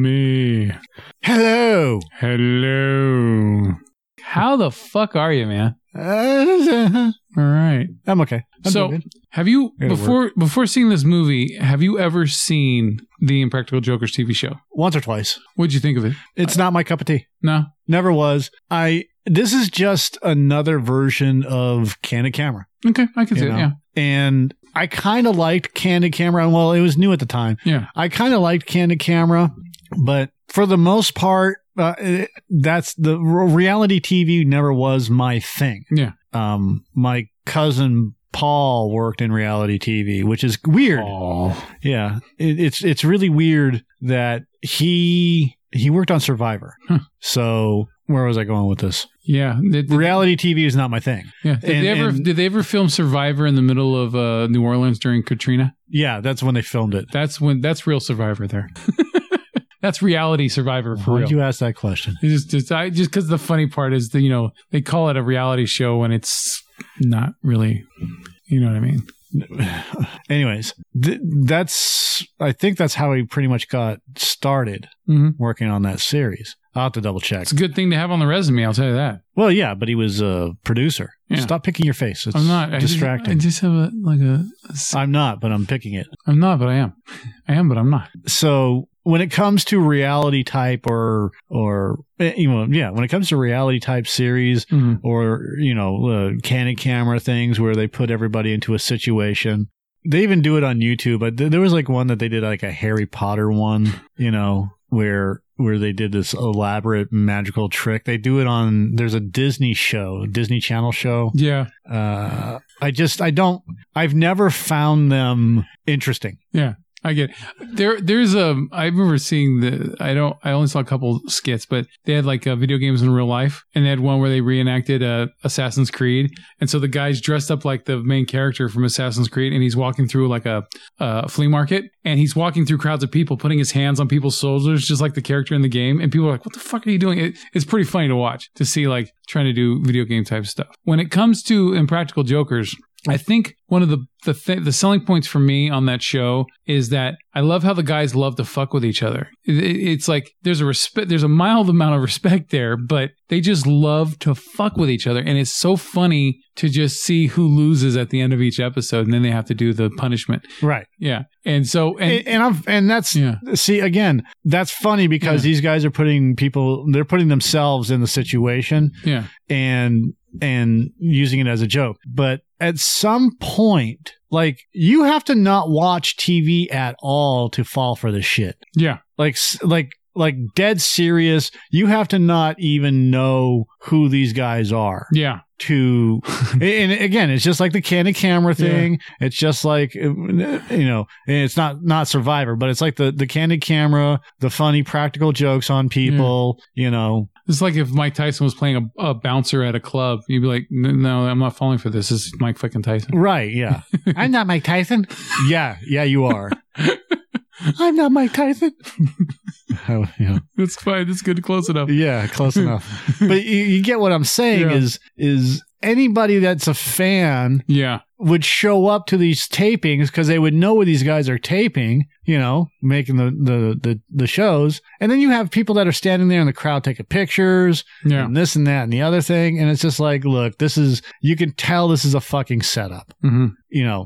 Yummy. Hello. Hello. How the fuck are you, man? Uh, All right. I'm okay. I'm So- doing good. Have you It'll before before seeing this movie? Have you ever seen the Impractical Jokers TV show? once or twice. What'd you think of it? It's not my cup of tea. No, Never was. I. This is just another version of candid camera, okay, I can You see know. it. Yeah, and I kind of liked candid camera. and Well, it was new at the time. yeah. I kind of liked candid camera, but for the most part, uh, it- that's the re- reality TV never was my thing. Yeah. Um, my cousin Paul worked in reality TV, which is weird. Oh, Yeah, it, it's it's really weird that he he worked on Survivor. Huh. So where was I going with this? yeah. Did, did- Reality TV is not my thing. yeah. Did and- they ever and- did they ever film Survivor in the middle of uh, New Orleans during Katrina? Yeah, that's when they filmed it. That's when that's real Survivor there. that's reality Survivor for Why real. did you ask that question? It's just, it's, I just because the funny part is that you know they call it a reality show when it's not really. You know what I mean? Anyways, th- that's I think that's how he pretty much got started Mm-hmm. working on that series. I'll have to double check. It's a good thing to have on the resume. I'll tell you that. Well, yeah, but he was a producer. Yeah. Stop picking your face. It's I'm not I just- distracting. I just have a like a. a s- I'm not, but I'm picking it. I'm not, but I am. I am, but I'm not. so when it comes to reality type or or eh, you know yeah when it comes to reality type series Mhm. or you know uh, candid camera things where they put everybody into a situation they even do it on youtube but th- there was like one that they did like a harry potter one you know where where they did this elaborate magical trick they do it on there's a disney show disney channel show Yeah, uh i just i don't i've never found them interesting I get. It. There, there's a. I remember seeing the. I don't. I only saw a couple skits, but they had like uh, video games in real life, and they had one where they reenacted uh, Assassin's Creed, and so the guy's dressed up like the main character from Assassin's Creed, and he's walking through like a, a flea market, and he's walking through crowds of people, putting his hands on people's shoulders, just like the character in the game, and people are like, "What the fuck are you doing?" It, it's pretty funny to watch to see like trying to do video game type stuff. When it comes to Impractical Jokers, I think one of the the th- the selling points for me on that show is that I love how the guys love to fuck with each other. It- it- it's like there's a respect, there's a mild amount of respect there, but they just love to fuck with each other, and it's so funny to just see who loses at the end of each episode, and then they have to do the punishment. right Yeah, and so and. and, and i'm and that's yeah, See again, that's funny because these guys are putting people they're putting themselves in the situation yeah, and and using it as a joke. But at some point, like you have to not watch TV at all to fall for this shit. yeah, Like s- like like dead serious, you have to not even know who these guys are yeah. to and again it's just like the candid camera thing it's just like you know and it's not not survivor but it's like the the candid camera the funny practical jokes on people you know It's like if Mike Tyson was playing a, a bouncer at a club, you'd be like, "N- "No, I'm not falling for this. This is Mike fucking Tyson." right yeah i'm not mike tyson yeah yeah you are i'm not mike tyson Oh, yeah. That's fine. That's good. Close enough. yeah close enough but you, you get what i'm saying Yeah. is is anybody that's a fan Yeah. would show up to these tapings because they would know where these guys are taping, you know, making the, the, the, the shows. And then you have people that are standing there in the crowd taking pictures Yeah. and this and that and the other thing. And it's just like, look, this is, you can tell this is a fucking setup, hmm you know,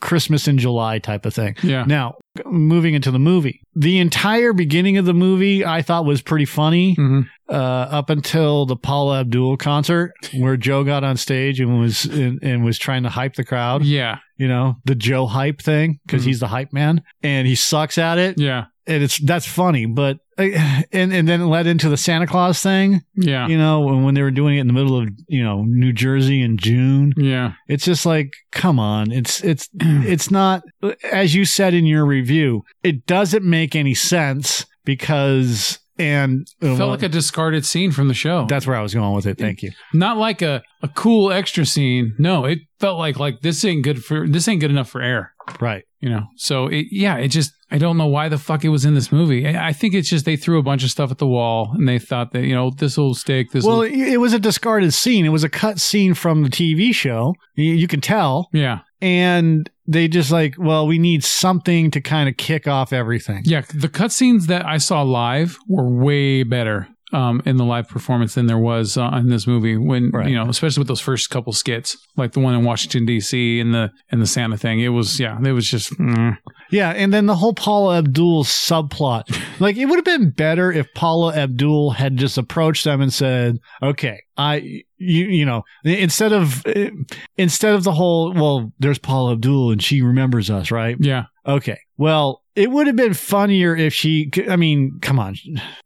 Christmas in July type of thing. Yeah. Now, moving into the movie, the entire beginning of the movie I thought was pretty funny hmm uh, up until the Paula Abdul concert where Joe got on stage and was and, and was trying to hype the crowd Yeah. you know the joe hype thing because Mhm. he's the hype man and he sucks at it Yeah. and it's that's funny but uh, and and then it led into the santa claus thing Yeah. you know when, when they were doing it in the middle of you know new jersey in june Yeah. it's just like come on it's it's it's not as you said in your review it doesn't make any sense because and Felt like a discarded scene from the show. that's where i was going with it thank you Not like a, a cool extra scene. No, it felt like like this ain't good for this ain't good enough for air. right You know. So it yeah, it just I don't know why the fuck it was in this movie. I, I think it's just they threw a bunch of stuff at the wall and they thought that, you know, this will stick, this well will it, it was a discarded scene it was a cut scene from the tv show you, you can tell Yeah. and they just like, well, we need something to kind of kick off everything. Yeah, the cutscenes that I saw live were way better um, in the live performance than there was uh, in this movie. When Right. you know, especially with those first couple skits, like the one in Washington D.C. and the and the Santa thing, it was yeah, it was just mm. Yeah, and then the whole Paula Abdul subplot. Like it would have been better if Paula Abdul had just approached them and said, "Okay, I you you know, instead of eh, instead of the whole, well, there's Paula Abdul and she remembers us, right? yeah. Okay. Well, it would have been funnier if she I mean, come on.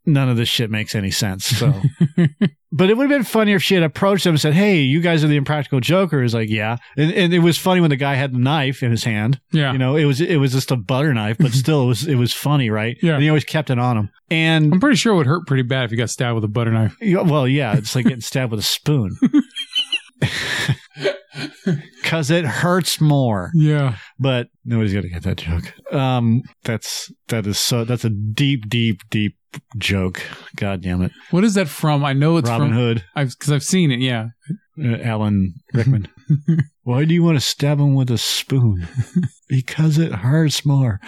None of this shit makes any sense. So But it would have been funnier if she had approached them and said, Hey, you guys are the impractical joker. Is like, yeah. And, and it was funny when the guy had the knife in his hand. Yeah. You know, it was it was just a butter knife, but still it was it was funny, right? Yeah. And he always kept it on him. And I'm pretty sure it would hurt pretty bad if you got stabbed with a butter knife. well, yeah, it's like getting stabbed with a spoon. Cause it hurts more. Yeah. But nobody's gonna get that joke. Um that's that is so that's a deep, deep, deep joke. God damn it. What is that from? I know it's Robin from Hood, I've because I've seen it. Yeah. uh, Alan Rickman. Why do you want to stab him with a spoon? because it hurts more.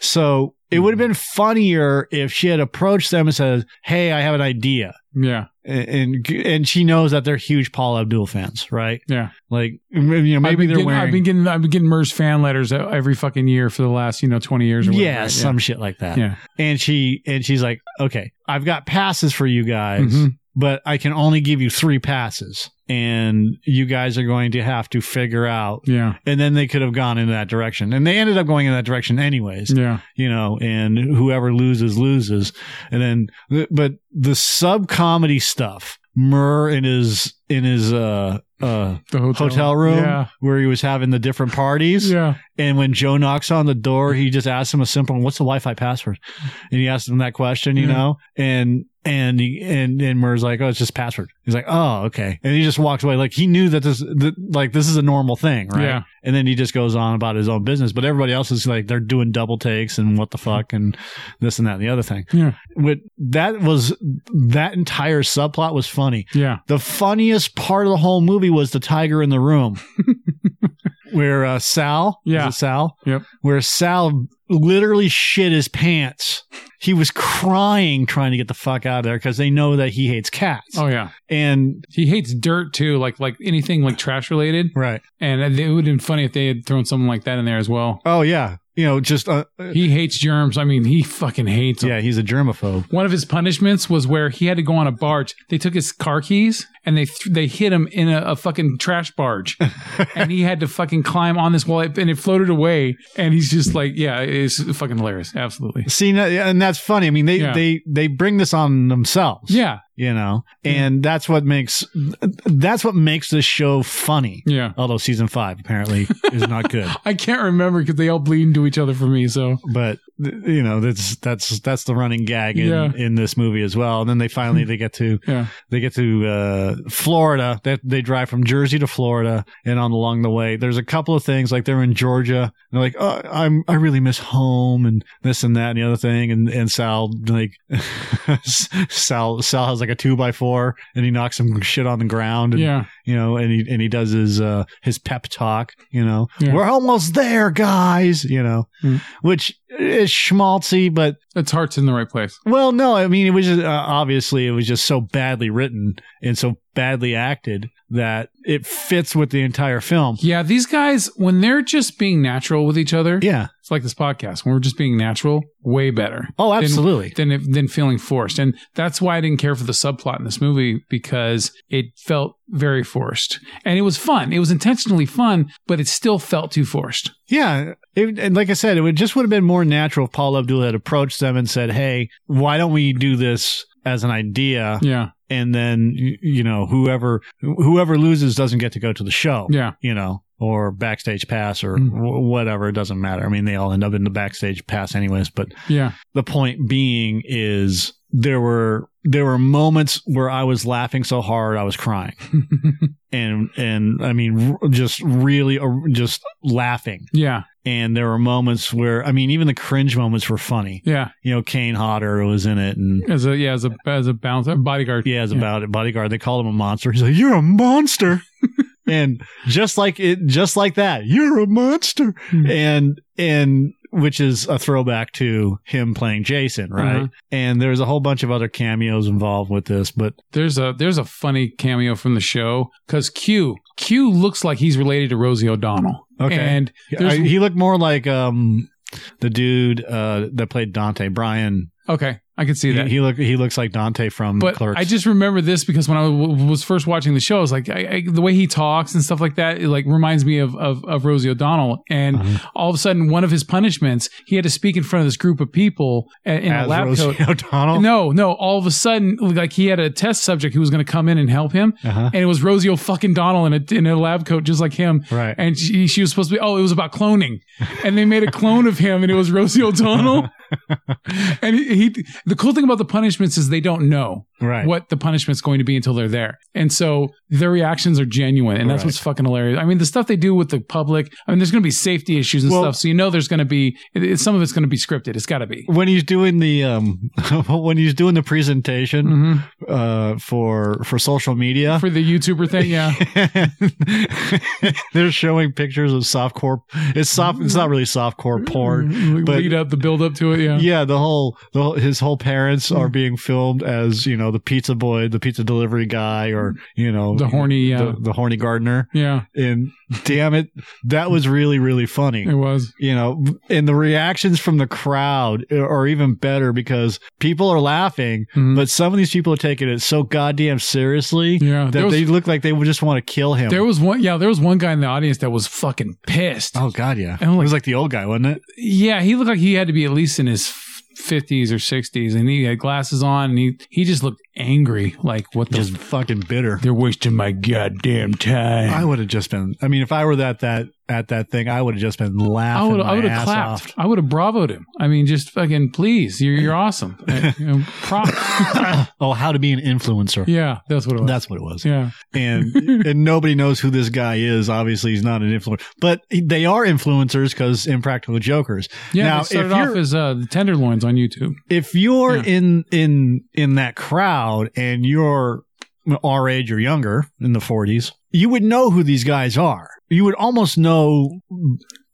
So it would have been funnier if she had approached them and said, "Hey, I have an idea," Yeah. and and she knows that they're huge Paul Abdul fans, right? Yeah. Like you know, I've maybe been they're getting, wearing I've been getting I've been getting MERS fan letters uh, every fucking year for the last you know 20 years. or whatever. yeah, some shit like that. Yeah. And she and she's like, "Okay, I've got passes for you guys." Mhm. but I can only give you three passes. And you guys are going to have to figure out. Yeah. And then they could have gone in that direction. And they ended up going in that direction anyways, Yeah. you know, and whoever loses, loses. And then, but the sub comedy stuff, Murr in his, in his, uh, uh, The hotel, hotel room Yeah. where he was having the different parties. Yeah. And when Joe knocks on the door, he just asks him a simple, "What's the Wi-Fi password?" And he asks him that question, you Yeah. know. And and he, and and Murr's like, "Oh, it's just password." He's like, "Oh, okay." And he just walks away, like he knew that this, that, like this is a normal thing, right? Yeah. And then he just goes on about his own business. But everybody else is like, they're doing double takes and what the fuck and this and that and the other thing. Yeah. But that was that entire subplot was funny. Yeah. The funniest part of the whole movie was the tiger in the room, where uh, Sal, Yeah. is it Sal, Yep. where Sal literally shit his pants. He was crying trying to get the fuck out of there because they know that he hates cats. Oh yeah. And He hates dirt too, like like anything like trash related. right, And it would have been funny if they had thrown something like that in there as well. oh yeah, you know, just uh, uh, He hates germs. I mean, he fucking hates them. yeah, he's a germaphobe. One of his punishments was where he had to go on a barge. They took his car keys and they th- they hid him in a, a fucking trash barge, and he had to fucking climb on this wall and it floated away. And he's just like, yeah, it's fucking hilarious. Absolutely. See, no- and that's funny. I mean, they Yeah. they they bring this on themselves. Yeah. you know, and that's what makes that's what makes this show funny. Yeah. Although season five apparently is not good. I can't remember because they all bleed into each other for me. So but th- you know that's that's that's the running gag in, Yeah. in this movie as well and then they finally they get to yeah. they get to uh florida they, they drive from jersey to florida and on along the way there's a couple of things like they're in georgia and they're like oh, i'm i really miss home and this and that and the other thing and and sal like sal sal has like a two by four and he knocks some shit on the ground and Yeah. you know, and he and he does his uh his pep talk, you know, Yeah. we're almost there, guys, you know, Mm. which is schmaltzy, but Its heart's in the right place. well, no, I mean, it was just, uh, obviously it was just so badly written and so badly acted that it fits with the entire film. Yeah, these guys, when they're just being natural with each other, Yeah. it's like this podcast. When we're just being natural, way better Oh, absolutely. than if, than feeling forced. And that's why I didn't care for the subplot in this movie because it felt very forced. And it was fun. It was intentionally fun, but it still felt too forced. Yeah. It, and like I said, it would just would have been more natural if Paul Abdul had approached them and said, "Hey, why don't we do this as an idea?" Yeah, And then y- you know, whoever whoever loses doesn't get to go to the show. yeah, you know, or backstage pass or Mm. wh- whatever. It doesn't matter. I mean, they all end up in the backstage pass anyways. But yeah, the point being is there were there were moments where I was laughing so hard I was crying, and and I mean, r- just really uh, just laughing. yeah, And there were moments where I mean, even the cringe moments were funny. yeah. You know, Kane Hodder was in it, and As a yeah, as a as a bouncer bodyguard. yeah, it's about it. Bodyguard. They called him a monster. He's like, "You're a monster." and just like it, just like that, you're a monster, Hmm. and and which is a throwback to him playing Jason, right? Uh-huh. And there's a whole bunch of other cameos involved with this, but There's a there's a funny cameo from the show because Q Q looks like he's related to Rosie O'Donnell. Okay. and I, There's- he looked more like um the dude uh that played Dante, Brian. okay, I can see He, that. he look he looks like Dante from but Mm, Clerks. I just remember this because when I w- was first watching the show, I was like, I, I, the way he talks and stuff like that, it like reminds me of of, of Rosie O'Donnell. And Uh-huh. all of a sudden, one of his punishments, he had to speak in front of this group of people a- in a Uh-huh. As lab Rosie coat. O'Donnell. No, no. All of a sudden, like he had a test subject who was going to come in and help him, Uh-huh. and it was Rosie O'Donnell in a in a lab coat just like him. Right. And she, she was supposed to be. Oh, it was about cloning, and they made a clone of him, and it was Rosie O'Donnell. and he, he, the cool thing about the punishments is they don't know right. what the punishment's going to be until they're there. And so their reactions are genuine. And that's Right. what's fucking hilarious. I mean, the stuff they do with the public, I mean, there's going to be safety issues and Well- stuff. So you know there's going to be, it, it- some of it's going to be scripted. It's got to be. when he's doing the um when he's doing the presentation hmm uh for for social media For the YouTuber thing, yeah. they're showing pictures of softcore it's soft it's not really Mm. softcore porn but- Mm-hmm. Lead up, the build up to it, yeah. yeah the whole the whole, his whole parents are Mm. being filmed as you know the pizza boy the pizza delivery guy or you know Mm. The horny, uh, yeah. the, the horny gardener yeah, and damn it that was really really funny it was. you know, and the reactions from the crowd are even better because people are laughing, Mhm. but some of these people are taking it so goddamn seriously Yeah. that There was, they look like they would just want to kill him. there was one, yeah, there was one guy in the audience that was fucking pissed. oh god, yeah, And I'm it like- was like the old guy, wasn't it? Yeah, he looked like he had to be at least in his fifties or sixties, and he had glasses on, and he he just looked angry. Like what the? Just f- fucking bitter. they're wasting my goddamn I time. would have just been. I mean, if I were that that at that thing, I would have just been I laughing. would I my would have ass clapped. off. I would have bravoed him. I mean, just fucking please, you're you're awesome. I, you know, props. oh, how to be an influencer. yeah, that's what it was. That's what it was. yeah, and and nobody knows who this guy is. Obviously, he's not an influencer, but they are influencers because impractical jokers. yeah. Now, it started if you're- off as uh, the tenderloins on YouTube. If you're Yeah. in in in that crowd and you're our age or younger in the 40s, you would know who these guys are. You would almost know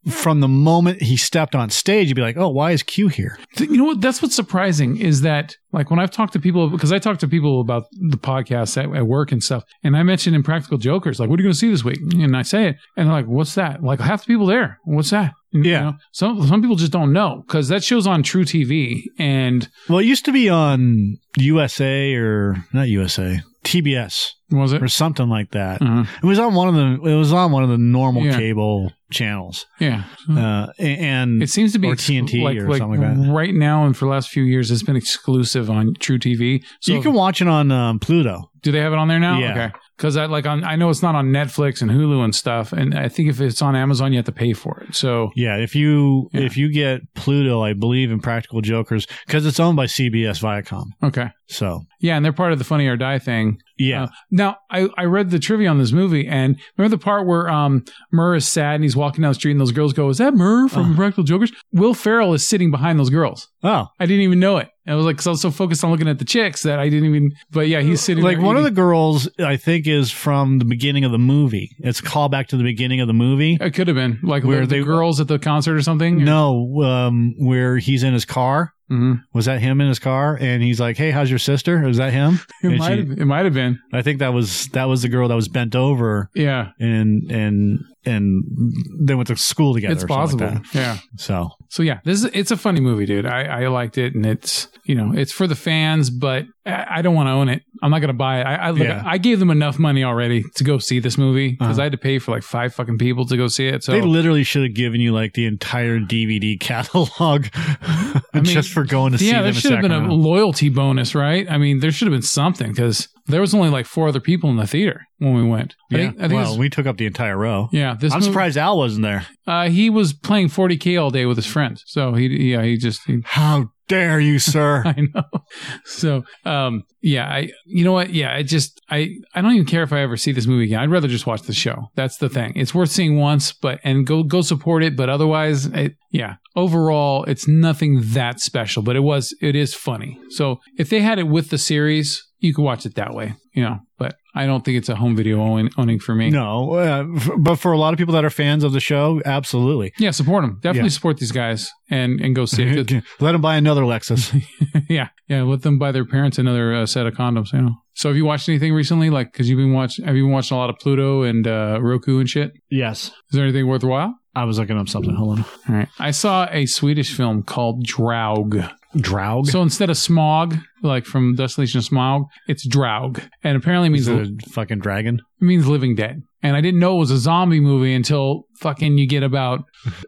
from the moment he stepped on stage. You'd be like, "Oh, why is Q here?" Th- You know what? That's what's surprising is that, like, when I've talked to people, because I talk to people about the podcast at, at work and stuff, and I mention Impractical Jokers, like, what are you going to see this week? And I say it, and they're like, what's that? Like, half the people there, what's that? And, Yeah. know, some some people just don't know because that show's on True TV, and Well, it used to be on USA or not USA, TBS was it? or something like that. Uh-huh. It was on one of the it was on one of the normal Yeah. Hmm. cable channels. Yeah, Uh, a- and it seems to be or ex- TNT or something like that. Right now, and for the last few years, it's been exclusive on True TV. So you can watch it on um, Pluto. Do they have it on there now? Yeah. Okay. Because I like on, I know it's not on Netflix and Hulu and stuff, and I think if it's on Amazon, you have to pay for it. So Yeah, if you Yeah. if you get Pluto, I believe in Practical Jokers because it's owned by CBS Viacom. okay, So yeah, and they're part of the Funny or Die thing. yeah, Uh, now I, I read the trivia on this movie, and remember the part where um Murr is sad and he's walking down the street, and those girls go, "Is that Murr from Uh. Practical Jokers?" Will Ferrell is sitting behind those girls. oh, I didn't even know it. And I was like, because I was so focused on looking at the chicks that I didn't even. But yeah, he's sitting like there one of eating- the girls I think is from the beginning of the movie. It's a callback to the beginning of the movie. It could have been like Where where the they- girls at the concert or something. No, um, where he's in his car. hmm Was that him in his car? And he's like, "Hey, how's your sister?" Is that him? It And might she- have, it might have been. I think that was that was the girl that was bent over Yeah. and and and they went to school together. It's or something possible. like that. Yeah. So So yeah, this is it's a funny movie, dude. I, I liked it, and it's you know it's for the fans, but I, I don't want to own it. I'm not gonna buy it. I I, look, Yeah. I gave them enough money already to go see this movie because Uh-huh. I had to pay for like five fucking people to go see it. So they literally should have given you like the entire DVD catalog mean, just for going to see yeah, them. there in should have been a Sacramento. loyalty bonus, right? I mean, there should have been something because there was only like four other people in the theater when we went. I Yeah. think, I think well, this- we took up the entire row. yeah, this I'm movie- surprised Al wasn't there. Uh, he was playing 40k all day with his friends, so he yeah he just he How dare you, sir? I know. So, um, yeah, I, you know what? Yeah, I just, I, I don't even care if I ever see this movie again. I'd rather just watch the show. That's the thing. It's worth seeing once, but and go go support it. But otherwise, it, yeah, overall, it's nothing that special. But it was, it is funny. So if they had it with the series, you could watch it that way. You know, but I don't think it's a home video own, owning for me. No, uh, f- but for a lot of people that are fans of the show, absolutely. Yeah, support them. Definitely Yeah. support these guys and and go see it. Let them buy another Lexus. yeah, yeah. Let them buy their parents another uh, set of condoms. You know. So have you watched anything recently? Like, cause you've been watching. Have you been watching a lot of Pluto and uh, Roku and shit? yes. Is there anything worthwhile? I was looking up something. Hold on. All right. I saw a Swedish film called Draug. Draug? So instead of smog, like from Desolation of Smog, it's Draug, and apparently means Is it a fucking dragon? it means living dead. And I didn't know it was a zombie movie until fucking you get about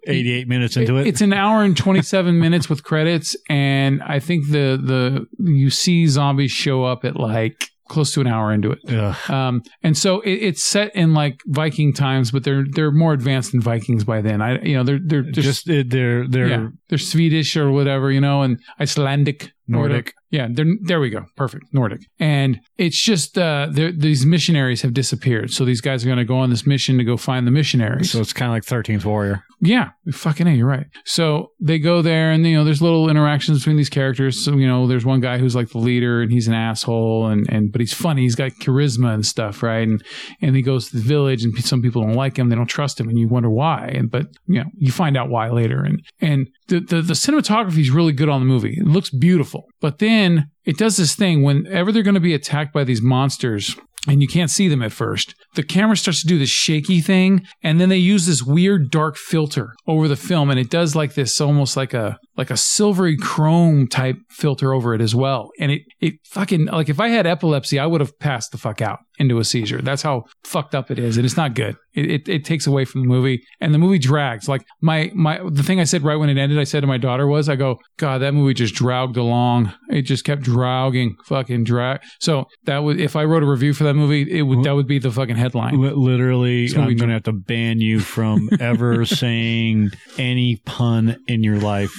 88 minutes into it? It's an hour and 27 minutes with credits, and I think the the you see zombies show up at like close to an hour into it. Ugh. Um, and so it, it's set in like Viking times, but they're they're more advanced than Vikings by then. I you know they're they're just, Just, uh, they're, they're, yeah, they're Swedish or whatever, you know, and Icelandic, Nordic. Yeah, they're, there we go. Perfect. Nordic. And it's just uh, they're- these missionaries have disappeared. So these guys are going to go on this mission to go find the missionaries. so it's kind of like 13th Warrior. Yeah, fucking A, you're right. So they go there and, you know, there's little interactions between these characters. So, you know, there's one guy who's like the leader and he's an asshole and, and, but he's funny. He's got charisma and stuff, right? And, and he goes to the village and some people don't like him. They don't trust him and you wonder why. And, but, you know, you find out why later. And, and the, the, the cinematography is really good on the movie. It looks beautiful. But then it does this thing whenever they're going to be attacked by these monsters, and you can't see them at first. The camera starts to do this shaky thing, and then they use this weird dark filter over the film, and it does like this almost like a like a silvery chrome type filter over it as well. And it it fucking like if I had epilepsy, I would have passed the fuck out into a seizure. That's how fucked up it is, and it's not good. It, it, it takes away from the movie, and the movie drags. Like my my the thing I said right when it ended, I said to my daughter was, I go, God, that movie just dragged along. It just kept dragging, fucking drag. So that would if I wrote a review for that movie, it would that would be the fucking headline. Li- literally, It's gonna I'm be going to have to ban you from ever saying any pun in your life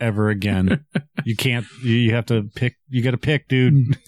ever again. You can't, you- you have to pick, you got to pick, dude. Mm.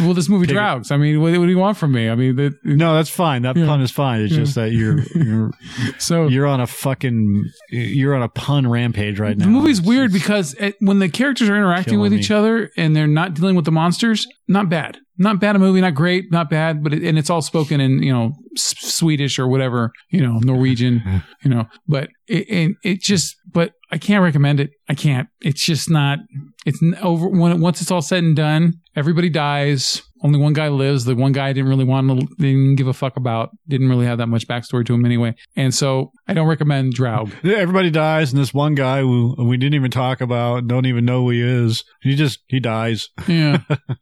Well, this movie Take it. drags. I mean, what, what do you want from me? I mean, that, No, that's fine. That Yeah. pun is fine. It's Yeah. Oh. just that you're, you're so you're on a fucking you're on a pun rampage right now. The movie's It's- weird it's- because it, when the characters are interacting Killing with me. each other and they're not dealing with the monsters, not bad. Not bad a movie, not great, not bad, but it, and it's all spoken in, you know, S- Swedish or whatever, you know, Norwegian, you know, but it, it, it just, but I can't recommend it. I can't. It's just not, it's n- over when it, once it's all said and done, everybody dies. Only one guy lives. The one guy I didn't really want to, didn't give a fuck about, didn't really have that much backstory to him anyway. And so I don't recommend Draug. everybody dies, and this one guy who we didn't even talk about, don't even know who he is. He just he dies. yeah,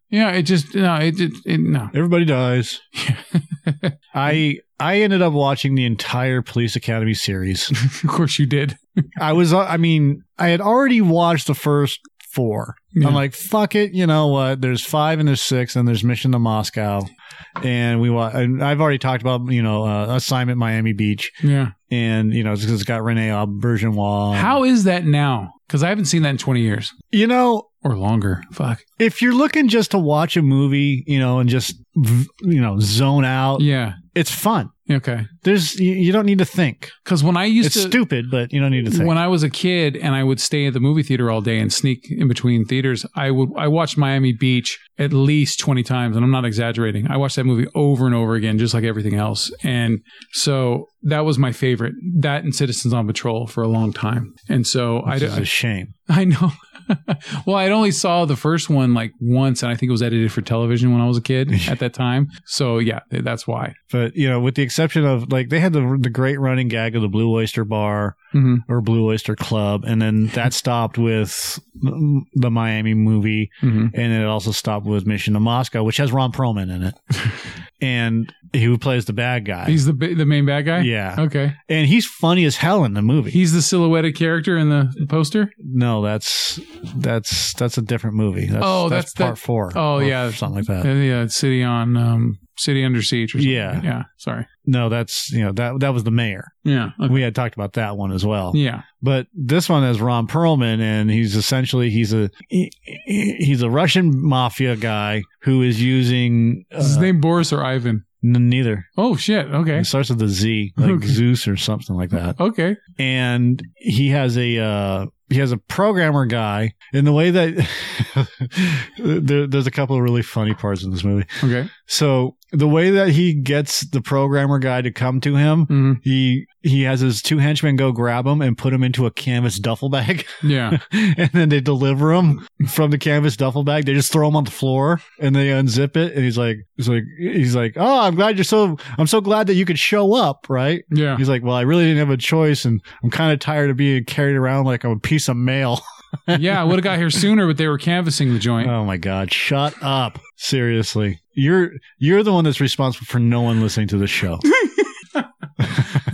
yeah. It just no. It, it, it no. Everybody dies. I I ended up watching the entire Police Academy series. of course you did. I was uh, I mean I had already watched the first four. Yeah. I'm like fuck it, you know what? There's five and there's six and there's Mission to Moscow, and we wa- and I've already talked about you know uh, assignment Miami Beach. Yeah. and you know it's, it's got Rene Auberginois. How is that now? Because I haven't seen that in twenty years you know or longer. Fuck. if you're looking just to watch a movie, you know, and just v- you know zone out, Yeah. it's fun. Okay. There's you, you don't need to think. Because when I used It's to. stupid, but you don't need to think. When I was a kid and I would stay at the movie theater all day and sneak in between theaters, I would I watched Miami Beach at least 20 times and I'm not exaggerating. I watched that movie over and over again just like everything else. And so that was my favorite. That and Citizens on Patrol for a long time. And so I, Which d- is a shame. I know. well, I'd only saw the first one like once, and I think it was edited for television when I was a kid at that time. So yeah, th- that's why. But you know, with the exception of like they had the the great running gag of the Blue Oyster Bar hmm or Blue Oyster Club, and then that stopped with the Miami movie, hmm and then it also stopped with Mission to Moscow, which has Ron Perlman in it, and who plays the bad guy. He's the bi- the main bad guy. yeah, Okay. and he's funny as hell in the movie. He's the silhouetted character in the poster. no, that's that's that's a different movie. That's, Oh, that's, that's part four. oh, or yeah. something like that. Yeah, Uh, yeah, it's City on um, City Under Siege. Or something. Yeah. Yeah. Sorry. No, that's you know that that was the mayor. Yeah. Okay. We had talked about that one as well. Yeah. But this one is Ron Perlman, and he's essentially he's a he- he's a Russian mafia guy who is using uh, Is his name Boris or Ivan? n- neither. Oh shit. Okay. It starts with a Z, like Okay. Zeus or something like that. Okay. and he has a uh he has a programmer guy, and the way that there, there's a couple of really funny parts in this movie. Okay. So the way that he gets the programmer guy to come to him, hmm he he has his two henchmen go grab him and put him into a canvas duffel bag, Yeah. and then they deliver him from the canvas duffel bag. They just throw him on the floor and they unzip it, and he's like, he's like, he's like, oh, I'm glad you're so, I'm so glad that you could show up, right? Yeah. He's like, well, I really didn't have a choice, and I'm kind of tired of being carried around like I'm a piece of mail. yeah. I would have got here sooner, but they were canvassing the joint. Oh my God! Shut up! Seriously, you're you're the one that's responsible for no one listening to the show. Uh.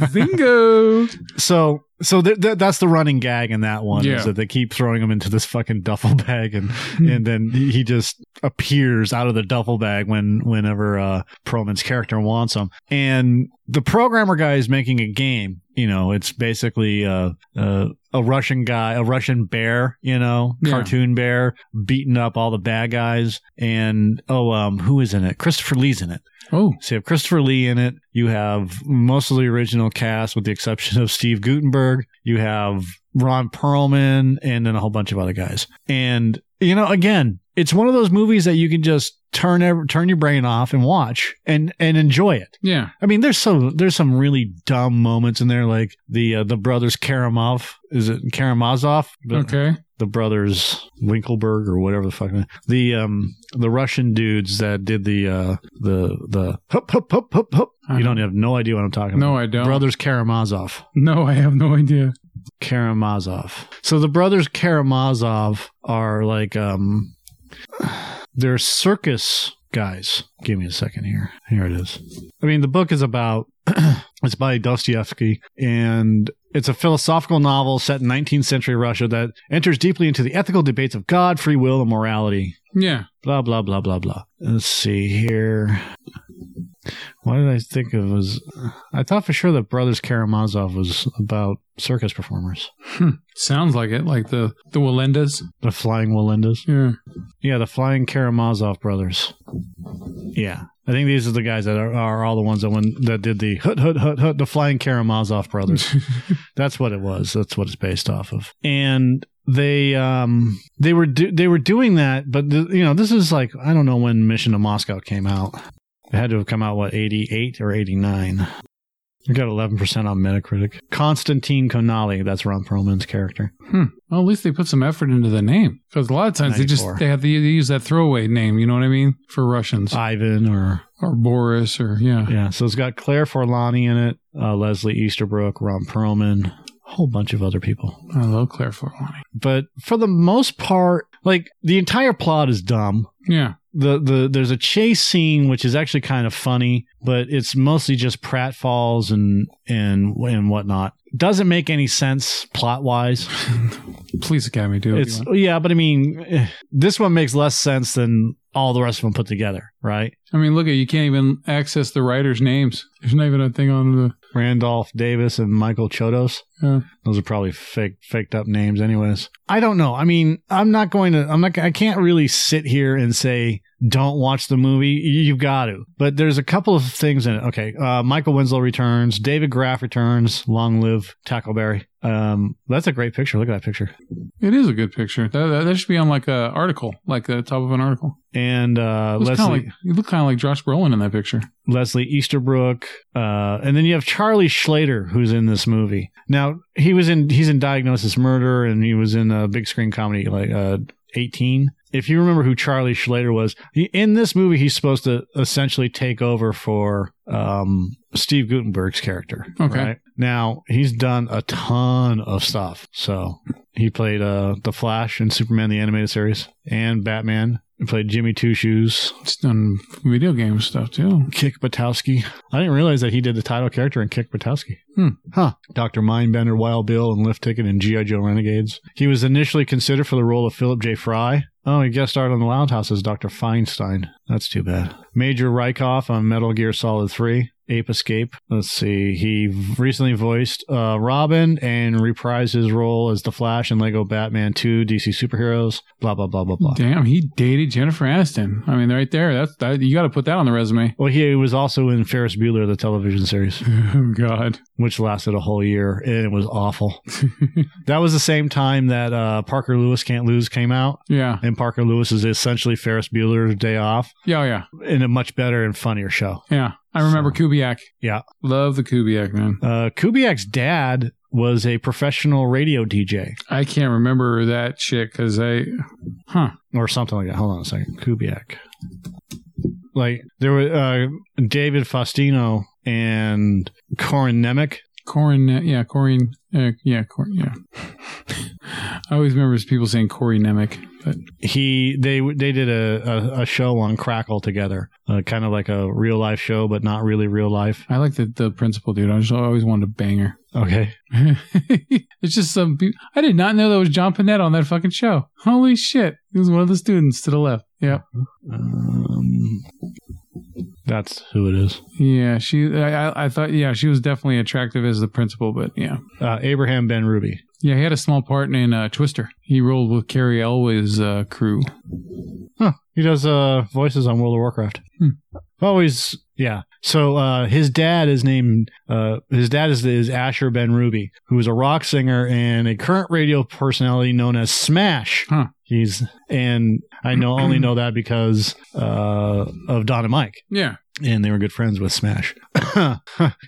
Zingo. So so th- th- that's the running gag in that one Yeah. Hmm. is that they keep throwing him into this fucking duffel bag, and and then he he just appears out of the duffel bag when whenever uh, Perlman's character wants him, and the programmer guy is making a game. You know, it's basically uh, uh, a Russian guy, a Russian bear, you know, Yeah. cartoon bear, beating up all the bad guys. And oh, um, who is in it? Christopher Lee's in it. Oh. So you have Christopher Lee in it. You have most of the original cast, with the exception of Steve Gutenberg. You have Ron Perlman, and then a whole bunch of other guys. And you know, again, it's one of those movies that you can just turn ev- turn your brain off and watch and and enjoy it. Yeah. I mean, there's some there's some really dumb moments in there, like the uh, the brothers Karamov. Is it Karamazov? The- Okay. the brothers Winkelberg or whatever the fuck the um the Russian dudes that did the uh the the hup hup hup hup hup. You don't have no idea what I'm talking Uh-huh. No, about. I don't. Brothers Karamazov. No, I have no idea. Karamazov. So the brothers Karamazov are like um they're circus guys. Give me a second here. Here it is. I mean the book is about it's by Dostoevsky and it's a philosophical novel set in 19th century Russia that enters deeply into the ethical debates of God, free will, and morality. Yeah. Blah blah blah blah blah. Let's see here. Why did I think it was? I thought for sure that Brothers Karamazov was about circus performers. Sounds like it. Like the the Walendas. The Flying Walendas. Yeah. Yeah, the Flying Karamazov brothers. Yeah. I think these are the guys that are, are all the ones that when that did the hut hut hut hut the Flying Karamazov brothers. That's what it was. That's what it's based off of. And they um they were do- they were doing that, but th- you know this is like I don't know when Mission to Moscow came out. It had to have come out what eighty eight or eighty nine. I got eleven percent on Metacritic. Constantine Konali, that's Ron Perlman's character. well, at least they put some effort into the name because a lot of times they 94. just they have the, they use that throwaway name. You know what I mean for Russians Ivan or or Boris or yeah. Uh, Yeah, so it's got Claire Forlani in it, uh, Leslie Easterbrook, Ron Perlman, a whole bunch of other people. I love Claire Forlani. But for the most part, like the entire plot is dumb. Yeah. The the there's a chase scene which is actually kind of funny, but it's mostly just pratfalls and and and whatnot. Doesn't make any sense plot wise. Police Academy. Do it. It's yeah, but I mean, eh, this one makes less sense than all the rest of them put together, right? I mean, look at you can't even access the writers' names. There's not even a thing on the. Randolph Davis and Michael Chodos. Yeah. Those are probably fake, faked up names, anyways. I don't know. I mean, I'm not going to. I'm not. I can't really sit here and say don't watch the movie. You- You've got to. But there's a couple of things in it. Okay, uh, Michael Winslow returns. David Graff returns. Long live Tackleberry. Um, that's a great picture. Look at that picture. It is a good picture. That, that, that should be on like a article, like the top of an article. And uh, It looks Leslie kinda like, you look kind of like Josh Brolin in that picture. Leslie Easterbrook, uh, and then you have Charlie Schlater, who's in this movie. Now he was in he's in Diagnosis Murder, and he was in a big screen comedy like uh, 18. If you remember who Charlie Schlater was, he, in this movie he's supposed to essentially take over for um, Steve Gutenberg's character. Okay. now he's done a ton of stuff. So he played uh, the Flash in Superman the animated series and Batman. He played Jimmy Two Shoes. It's done video game stuff too. Kick Batowski. I didn't realize that he did the title character in Kick Batowski. Hmm. Huh. Dr. Mindbender, Wild Bill, and Lift Ticket in G.I. Joe Renegades. He was initially considered for the role of Philip J. Fry. Oh, he guest starred on The Loud House as Dr. Feinstein. That's too bad. Major Rykoff on Metal Gear Solid 3. Ape Escape. Let's see. He recently voiced uh, Robin and reprised his role as the Flash in Lego Batman 2 DC Superheroes. Blah blah blah blah blah. Damn, he dated Jennifer Aniston. I mean, right there. That's that, you got to put that on the resume. Well, he was also in Ferris Bueller, the television series, oh God. which lasted a whole year, and it was awful. that was the same time that uh, Parker Lewis Can't Lose came out, Yeah. and Parker Lewis is essentially Ferris Bueller's Day Off Yeah. oh, Yeah. in a much better and funnier show. Yeah. I remember Kubiak. Yeah. Love the Kubiak man. Uh, Kubiak's dad was a professional radio DJ I can't remember that shit because I, huh? or something like that. Hold on a second, Kubiak. Like there was uh, David Faustino and Corin Nemec. Corin, yeah, Corin, uh, yeah, Corin, yeah. I always remember people saying Corey Nemec, but He they they did a, a, a show on Crackle together, uh, kind of like a real life show, but not really real life. I like the, the principal dude. I just always wanted a banger. Okay, it's just some. peop- I did not know there was John Panetta on that fucking show. Holy shit! He was one of the students to the left. Yeah, um, that's who it is. yeah. She, I, I- I thought, yeah, she was definitely attractive as the principal, but yeah, Uh, Abraham Ben Ruby. yeah. He had a small part in uh, Twister. He rolled with Carrie Elway's uh, crew. Huh. He does uh voices on World of Warcraft. Hmm. Always yeah. So uh his dad is named uh his dad is is Asher Ben Ruby, who is a rock singer and a current radio personality known as Smash. Huh. He's and I know only know that because uh of Don and Mike. Yeah, And they were good friends with Smash.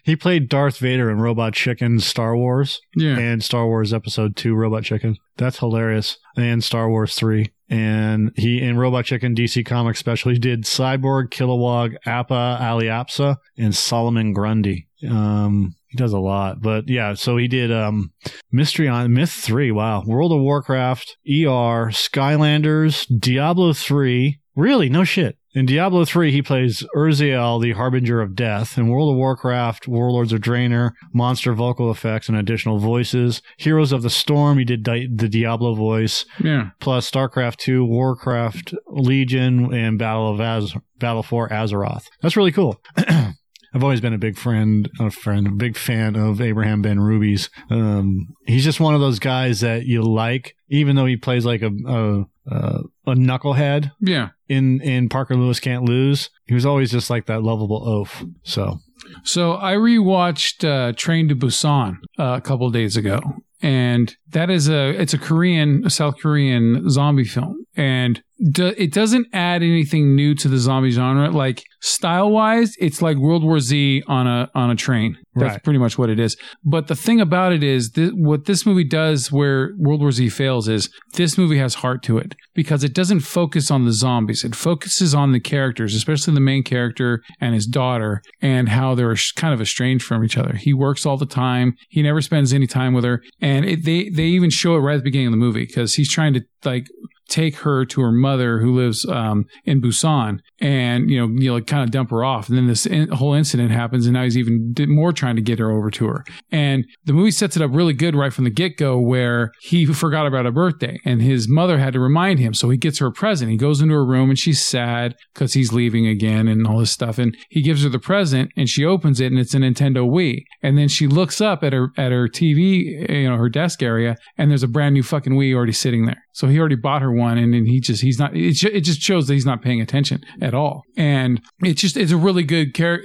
he played Darth Vader in Robot Chicken Star Wars yeah. and Star Wars Episode Two: Robot Chicken. That's hilarious. And Star Wars Three. And he in Robot Chicken DC Comics special, he did Cyborg, Kilowog, Appa, Aliapsa, and Solomon Grundy. Um, he does a lot, but yeah. So he did um, Mystery on Myth Three. Wow, World of Warcraft, ER, Skylanders, Diablo Three. Really, no shit. In Diablo 3, he plays Urziel, the Harbinger of Death. In World of Warcraft, Warlords of Draenor, monster vocal effects and additional voices. Heroes of the Storm, he did Di- the Diablo voice, Yeah. plus StarCraft 2, Warcraft, Legion, and Battle of Az- Battle for Azeroth. That's really cool. I've always been a big friend, a friend, a big fan of Abraham Ben Ruby's. Um, he's just one of those guys that you like, even though he plays like a a, a, a knucklehead Yeah. in in Parker Lewis Can't Lose, he was always just like that lovable oaf. So So I rewatched uh, Train to Busan uh, a couple days ago, and that is a it's a Korean, a South Korean zombie film, and do, it doesn't add anything new to the zombie genre. Like style wise, it's like World War Z on a on a train. That's Right. pretty much what it is. But the thing about it is, th- what this movie does, where World War Z fails, is this movie has heart to it because it doesn't focus on the zombies. It focuses on the characters, especially the main character and his daughter, and how they're sh- kind of estranged from each other. He works all the time. He never spends any time with her, and it, they they even show it right at the beginning of the movie because he's trying to like take her to her mother who lives um, in Busan and you know you know, like kind of dump her off and then this in- whole incident happens and now he's even di- more trying to get her over to her and the movie sets it up really good right from the get-go where he forgot about her birthday and his mother had to remind him so he gets her a present he goes into her room and she's sad because he's leaving again and all this stuff and he gives her the present and she opens it and it's a Nintendo Wii and then she looks up at her at her TV you know her desk area and there's a brand new fucking Wii already sitting there so he already bought her one and then he just he's not it, sh- it just shows that he's not paying attention at all and it's just it's a really good char-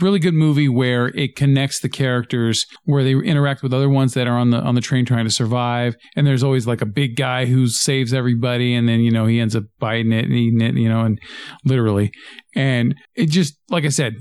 really good movie where it connects the characters where they interact with other ones that are on the on the train trying to survive and there's always like a big guy who saves everybody and then you know he ends up biting it and eating it you know and literally and it just like i said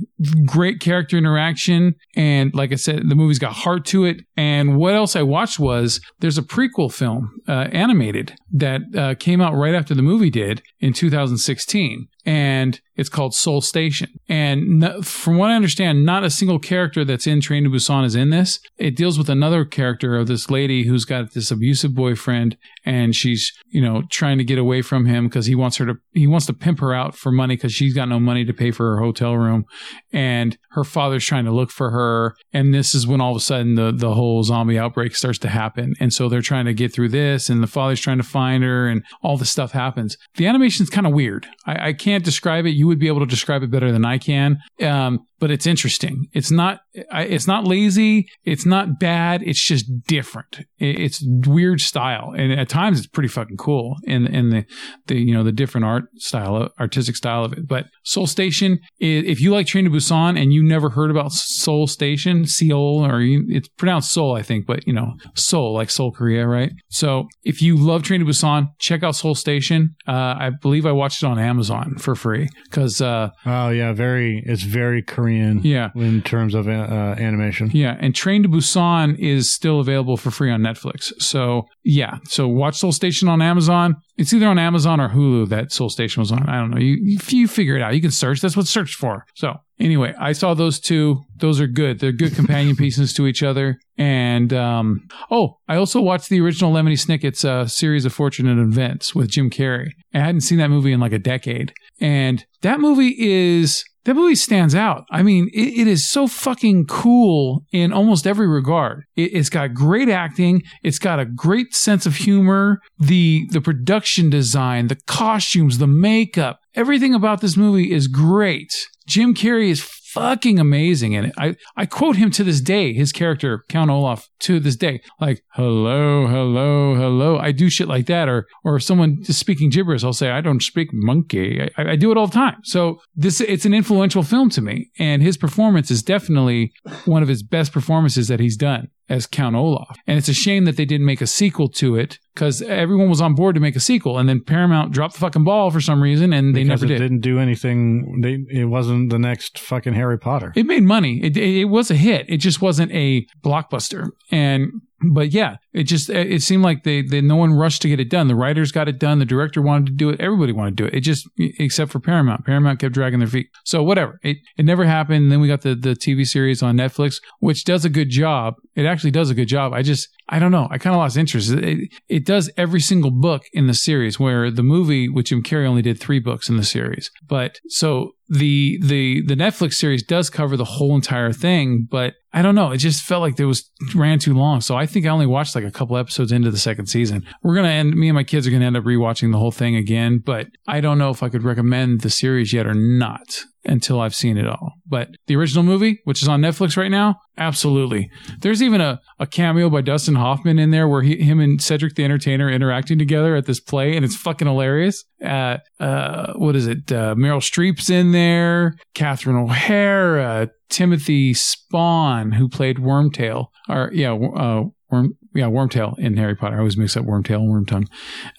great character interaction and like i said the movie's got heart to it and what else i watched was there's a prequel film uh, animated that uh, came out right after the movie did in 2016 and it's called soul station and no, from what i understand not a single character that's in train to busan is in this it deals with another character of this lady who's got this abusive boyfriend and she's you know trying to get away from him because he wants her to he wants to pimp her out for money because she's got no money to pay for her hotel room and her father's trying to look for her and this is when all of a sudden the the whole zombie outbreak starts to happen and so they're trying to get through this and the father's trying to find her and all this stuff happens the animation animation's kind of weird. I, I can't describe it. You would be able to describe it better than I can. Um, but it's interesting. It's not. I, it's not lazy. It's not bad. It's just different. It, it's weird style, and at times it's pretty fucking cool. And and the, the you know the different art style, artistic style of it. But Soul Station, i- if you like Train to Busan and you never heard about Soul Station, Seoul, or you, it's pronounced Seoul, I think, but you know Seoul, like Seoul, Korea, right? So if you love Train to Busan, check out Soul Station. Uh, I believe I watched it on Amazon for free because uh, Oh yeah, very. It's very Korean yeah, in terms of uh, animation. Yeah, and Train to Busan is still available for free on Netflix. So yeah, so watch Soul Station on Amazon. It's either on Amazon or Hulu that Soul Station was on. I don't know. You you, you figure it out. You can search. That's what search for. So anyway, I saw those two. Those are good. They're good companion pieces to each other. And um, oh, I also watched the original Lemony Snicket's uh, series of fortunate events with Jim Carrey. I hadn't seen that movie in like a decade, and that movie is that movie stands out. I mean, it, it is so fucking cool in almost every regard. It, it's got great acting. It's got a great sense of humor. The the production design, the costumes, the makeup, everything about this movie is great. Jim Carrey is fucking amazing in it. I, I quote him to this day, his character, Count Olaf, to this day, like, hello, hello, hello. I do shit like that. Or, or if someone is speaking gibberish, I'll say, I don't speak monkey. I, I do it all the time. So this, it's an influential film to me. And his performance is definitely one of his best performances that he's done as Count Olaf. And it's a shame that they didn't make a sequel to it because everyone was on board to make a sequel. And then Paramount dropped the fucking ball for some reason and they Because never it did. didn't do anything. They, it wasn't the next fucking Harry Potter. It made money. It, it, it was a hit. It just wasn't a blockbuster. And but yeah, it just it it seemed like they, they no one rushed to get it done. The writers got it done. The director wanted to do it. Everybody wanted to do it. It just e, except for Paramount. Paramount kept dragging their feet. So whatever. It it never happened. Then we got the the TV series on Netflix, which does a good job. It actually does a good job. I just I don't know. I kind of lost interest. It, it does every single book in the series, where the movie with Jim Carrey only did three books in the series. But so the the the Netflix series does cover the whole entire thing, but I don't know. It just felt like there was ran too long. So I think I only watched like a couple episodes into the second season. We're gonna end. Me and my kids are gonna end up rewatching the whole thing again, but I don't know if I could recommend the series yet or not until I've seen it all. But the original movie, which is on Netflix right now, absolutely. There's even a, a cameo by Dustin Hoffman in there where he, him and Cedric the Entertainer are interacting together at this play, and it's fucking hilarious. Uh, uh, what is it? Uh, Meryl Streep's in there, Catherine O'Hara, uh, Timothy Spawn, who played Wormtail, or yeah, uh, Worm, yeah, Wormtail in Harry Potter. I always mix up Wormtail and Wormtongue.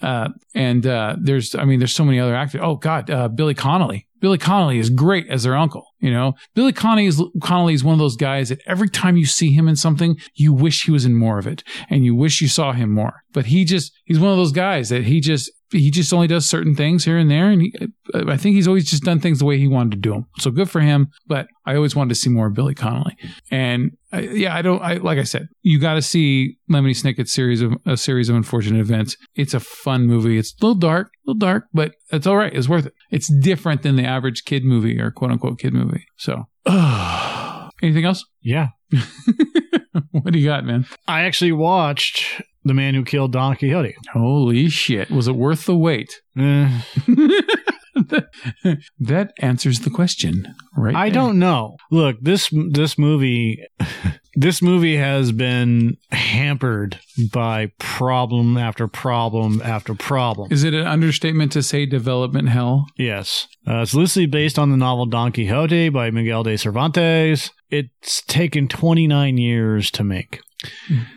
Uh, and uh, there's, I mean, there's so many other actors. Oh God, uh, Billy Connolly. Billy Connolly is great as their uncle. You know, Billy Connolly is, Connolly is one of those guys that every time you see him in something, you wish he was in more of it, and you wish you saw him more. But he just, he's one of those guys that he just. He just only does certain things here and there, and he, I think he's always just done things the way he wanted to do them. So good for him. But I always wanted to see more of Billy Connolly. And I, yeah, I don't. I like I said, you got to see Lemony Snicket's series of a series of unfortunate events. It's a fun movie. It's a little dark, a little dark, but it's all right. It's worth it. It's different than the average kid movie or quote unquote kid movie. So, anything else? Yeah, what do you got, man? I actually watched The Man Who Killed Don Quixote. Holy shit! Was it worth the wait? Eh, that answers the question, right? I there. don't know. Look, this this movie this movie has been hampered by problem after problem after problem. Is it an understatement to say development hell? Yes. Uh, it's loosely based on the novel Don Quixote by Miguel de Cervantes. It's taken 29 years to make.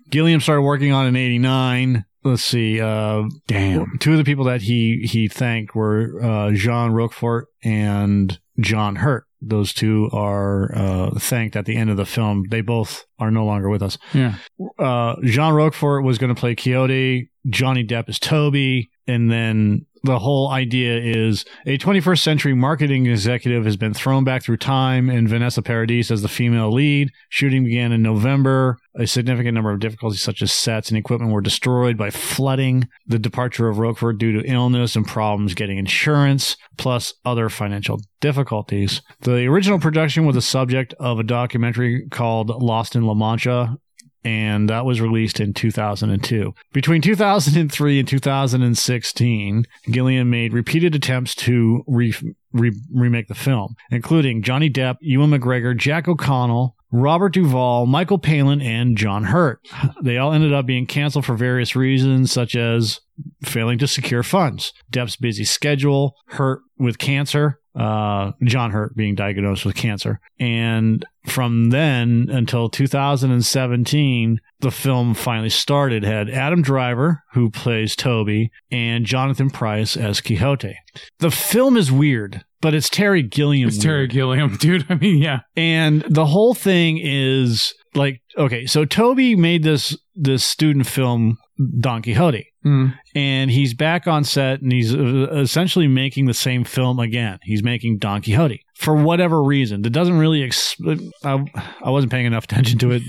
Gilliam started working on it in 89. Let's see. Uh, Damn. Two of the people that he, he thanked were uh, Jean Roquefort and John Hurt. Those two are uh, thanked at the end of the film. They both are no longer with us Yeah. uh, Jean Roquefort was going to play Quixote, Johnny Depp is Toby, and then the whole idea is a 21st century marketing executive has been thrown back through time and Vanessa Paradis as the female lead. Shooting began in November. A significant number of difficulties such as sets and equipment were destroyed by flooding, the departure of Roquefort due to illness and problems getting insurance, plus other financial difficulties. The original production was the subject of a documentary called Lost in La Mancha and that was released in 2002. Between 2003 and 2016, Gilliam made repeated attempts to re- re- remake the film, including Johnny Depp, Ewan McGregor, Jack O'Connell, Robert Duvall, Michael Palin, and John Hurt. They all ended up being canceled for various reasons, such as failing to secure funds, Depp's busy schedule, Hurt with cancer, uh, John Hurt being diagnosed with cancer. And from then until 2017, the film finally started. Had Adam Driver, who plays Toby, and Jonathan Price as Quixote. The film is weird, but it's Terry Gilliam. It's Terry weird. Gilliam, dude. I mean, yeah. And the whole thing is like, okay, so Toby made this this student film Don Quixote Mm. and he's back on set and he's uh, essentially making the same film again. He's making Don Quixote for whatever reason. It doesn't really. Ex- I, I wasn't paying enough attention to it,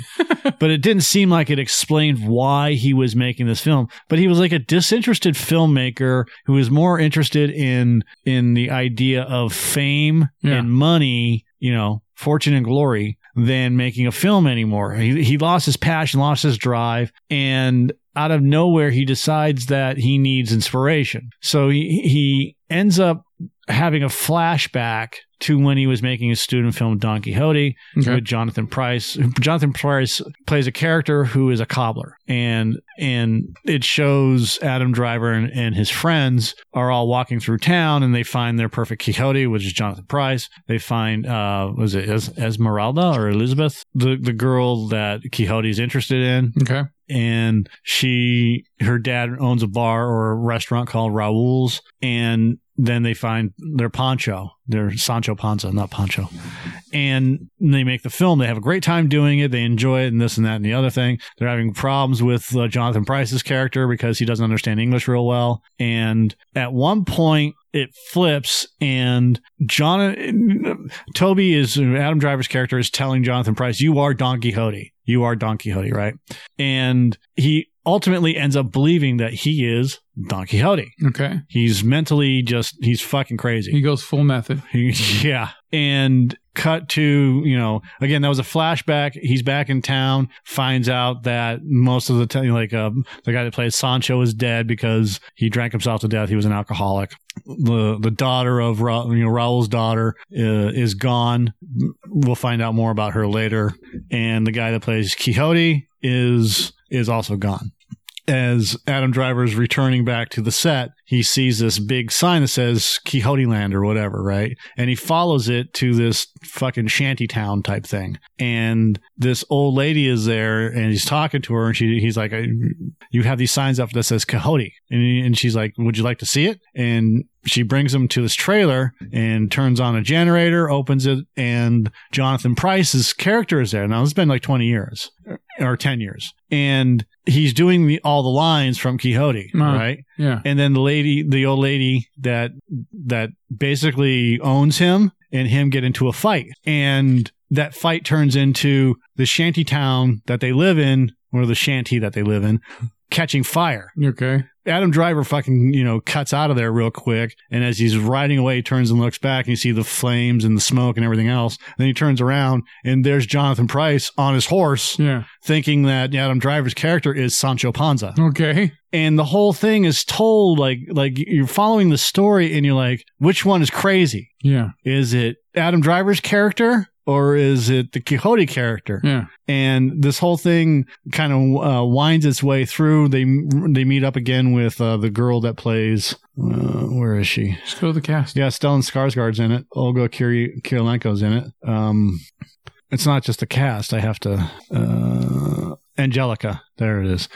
but it didn't seem like it explained why he was making this film. But he was like a disinterested filmmaker who was more interested in in the idea of fame Yeah. and money. You know, fortune and glory than making a film anymore. He, he lost his passion, lost his drive, and out of nowhere he decides that he needs inspiration. So he he ends up having a flashback to when he was making his student film Don Quixote Okay. with Jonathan Price. Jonathan Price plays a character who is a cobbler, and and it shows Adam Driver and, and his friends are all walking through town, and they find their perfect Quixote, which is Jonathan Price. They find uh, was it es- Esmeralda or Elizabeth, the the girl that Quixote's interested in, Okay. and she her dad owns a bar or a restaurant called Raul's and then they find their Pancho, their Sancho Panza, not Pancho. And they make the film. They have a great time doing it. They enjoy it and this and that and the other thing. They're having problems with uh, Jonathan Price's character because he doesn't understand English real well. And at one point, it flips and John Toby is Adam Driver's character is telling Jonathan Price, "You are Don Quixote. You are Don Quixote, right?" And he ultimately ends up believing that he is Don Quixote. Okay. He's mentally just he's fucking He crazy. goes full method. yeah. And cut to, you know, again that was a flashback. He's back in town, finds out that most of the time like uh, the guy that plays Sancho is dead because he drank himself to death. He was an alcoholic. The the daughter of Ra- you know Raul's daughter uh, is gone. We'll find out more about her later. And the guy that plays Quixote is is also gone as Adam Driver is returning back to the set, he sees this big sign that says Quixote Land or whatever, right? And he follows it to this fucking shanty town type thing. And this old lady is there and he's talking to her and she, he's like, I, you have these signs up that says Quixote. And, he- and she's like, would you like to see it? And she brings him to this trailer and turns on a generator, opens it, and Jonathan Price's character is there. Now, it's been like 20 years or 10 years. And he's doing the, all the lines from Quixote, Huh. right? Yeah. and then the lady the old lady that that basically owns him and him get into a fight and that fight turns into the shanty town that they live in or the shanty that they live in catching fire Okay. Adam Driver fucking, you know, cuts out of there real quick. And as he's riding away, he turns and looks back and you see the flames and the smoke and everything else. then he turns around and there's Jonathan Price on his horse Yeah. thinking that Adam Driver's character is Sancho Panza Okay. and the whole thing is told like like you're following the story and you're like which one is crazy Yeah. is it adam driver's character or is it the quixote character Yeah. and this whole thing kind of uh, winds its way through they they meet up again with uh, the girl that plays uh, where is she Just go to the cast. yeah, Stellan Skarsgård's in it. Olga Kiri- Kirilenko's in it. Um, it's not just the cast. I have to. Uh, Angelica, there it is.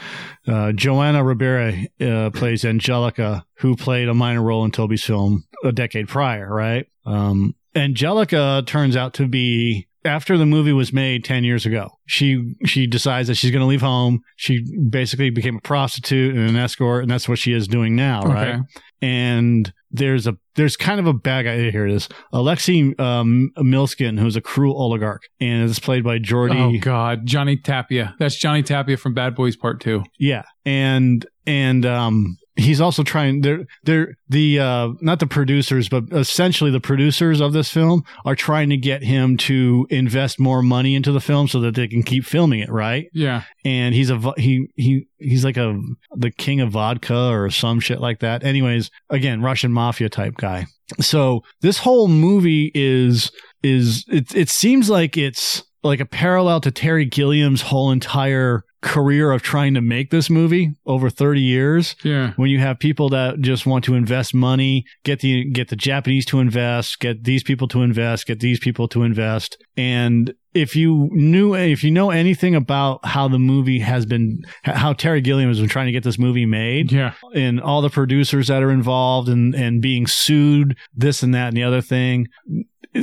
Uh, Joanna Ribera uh, plays Angelica, who played a minor role in Toby's film a decade prior, right? Um, Angelica turns out to be after the movie was made 10 years ago. She she decides that she's going to leave home. She basically became a prostitute and an escort and that's what she is doing now, right? Okay. and there's a there's kind of a bad guy here it is alexei um, milskin who's a cruel oligarch and it's played by Oh jordi God, Johnny Tapia. That's Johnny Tapia from Bad Boys Part Two. yeah and and um he's also trying they're they're the uh not the producers but essentially the producers of this film are trying to get him to invest more money into the film so that they can keep filming it right Yeah. and he's a vo- he he he's like a the king of vodka or some shit like that anyways again russian mafia type guy so this whole movie is is it it seems like it's like a parallel to Terry Gilliam's whole entire career of trying to make this movie over 30 years Yeah. when you have people that just want to invest money, get the get the Japanese to invest, get these people to invest, get these people to invest. And if you knew if you know anything about how the movie has been how Terry Gilliam has been trying to get this movie made Yeah. and all the producers that are involved and and being sued, this and that and the other thing.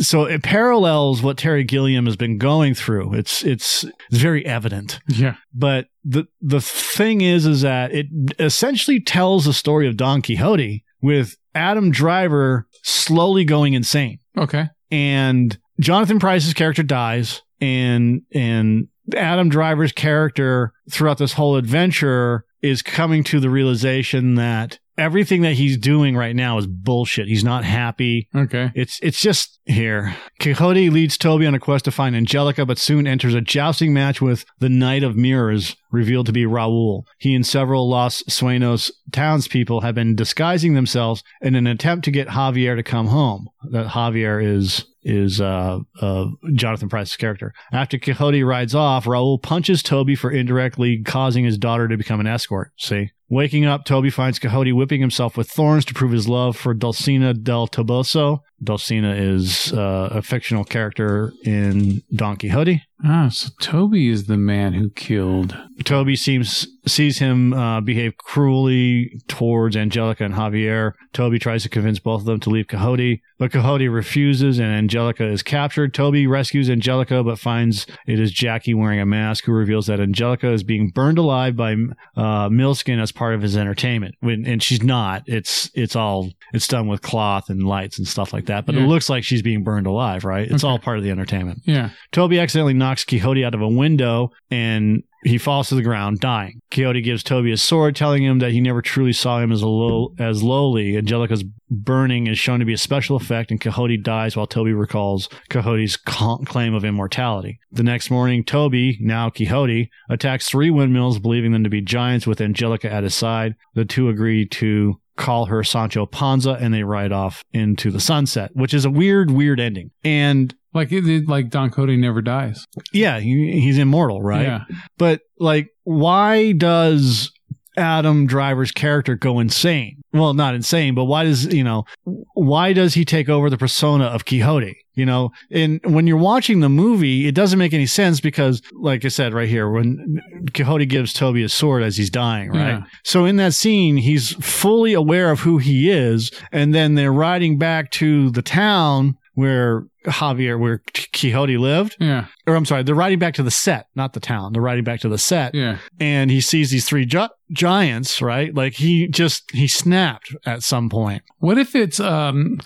So it parallels what Terry Gilliam has been going through. It's it's it's very evident Yeah. but the the thing is is that it essentially tells the story of Don Quixote with Adam Driver slowly going insane Okay. and Jonathan Price's character dies and and Adam Driver's character throughout this whole adventure is coming to the realization that everything that he's doing right now is bullshit. He's not happy. Okay. It's it's just here. Quixote leads Toby on a quest to find Angelica, but soon enters a jousting match with the Knight of Mirrors, revealed to be Raoul. He and several Los Suenos townspeople have been disguising themselves in an attempt to get Javier to come home. That Javier is is uh, uh, Jonathan Price's character. After Quixote rides off, Raoul punches Toby for indirectly causing his daughter to become an escort. See? Waking up, Toby finds Quixote whipping himself with thorns to prove his love for Dulcina del Toboso. Dulcina is uh, a fictional character in Don Quixote. Ah, so Toby is the man who killed. Toby seems sees him uh, behave cruelly towards Angelica and Javier. Toby tries to convince both of them to leave Quixote, but Quixote refuses, and Angelica is captured. Toby rescues Angelica, but finds it is Jackie wearing a mask, who reveals that Angelica is being burned alive by uh, Milskin as part of his entertainment. When, and she's not. It's it's all it's done with cloth and lights and stuff like that. But Yeah. it looks like she's being burned alive, right? It's Okay. all part of the entertainment. Yeah. Toby accidentally knocks Quixote out of a window and he falls to the ground, dying. Quixote gives Toby his sword, telling him that he never truly saw him as a low, as lowly. Angelica's burning is shown to be a special effect, and Quixote dies while Toby recalls Quixote's ca- claim of immortality. The next morning, Toby, now Quixote, attacks three windmills, believing them to be giants, with Angelica at his side. The two agree to call her Sancho Panza, and they ride off into the sunset, which is a weird, weird ending. And Like it, it- like Don Cody never dies. yeah, he, he's immortal, right? Yeah. But like, why does Adam Driver's character go insane? Well, not insane, but why does you know why does he take over the persona of Quixote? You know, and when you're watching the movie, it doesn't make any sense because, like I said right here, when Quixote gives Toby his sword as he's dying, right? Yeah. So in that scene, he's fully aware of who he is, and then they're riding back to the town where Javier, where Quixote lived Yeah. or I'm sorry, they're riding back to the set, not the town. They're riding back to the set, Yeah. and he sees these three gi- giants, right? Like he just he snapped at some point. What if it's um,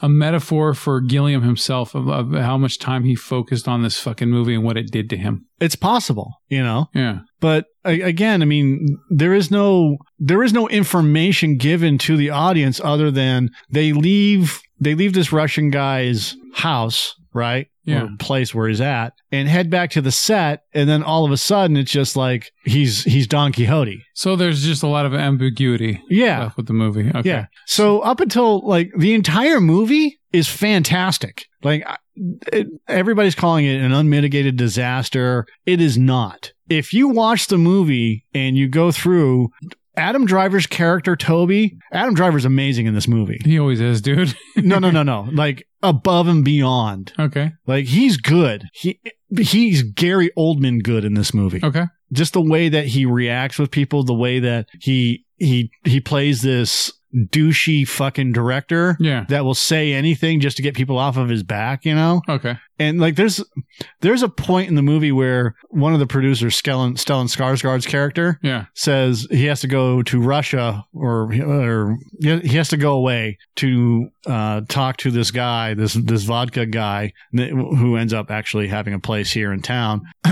a metaphor for Gilliam himself of, of how much time he focused on this fucking movie and what it did to him? It's possible, you know. Yeah. But a- again, I mean, there is no there is no information given to the audience other than they leave they leave this Russian guy's house, right? Yeah. Or place where he's at and head back to the set and then all of a sudden it's just like he's he's Don Quixote. So there's just a lot of ambiguity Yeah. left with the movie. Okay. Yeah. So up until like the entire movie is fantastic. Like I- it, everybody's calling it an unmitigated disaster. It is not. If you watch the movie and you go through Adam Driver's character Toby, Adam Driver's amazing in this movie. He always is, dude. No, no, no, no. Like above and beyond. okay. Like he's good. He he's Gary Oldman good in this movie Okay. just the way that he reacts with people, the way that he he he plays this douchey fucking director Yeah. that will say anything just to get people off of his back, you know? Okay. And like there's there's a point in the movie where one of the producers, Stellan, Stellan Skarsgård's character, Yeah. says he has to go to Russia or or he has to go away to uh, talk to this guy, this this vodka guy who ends up actually having a place here in town.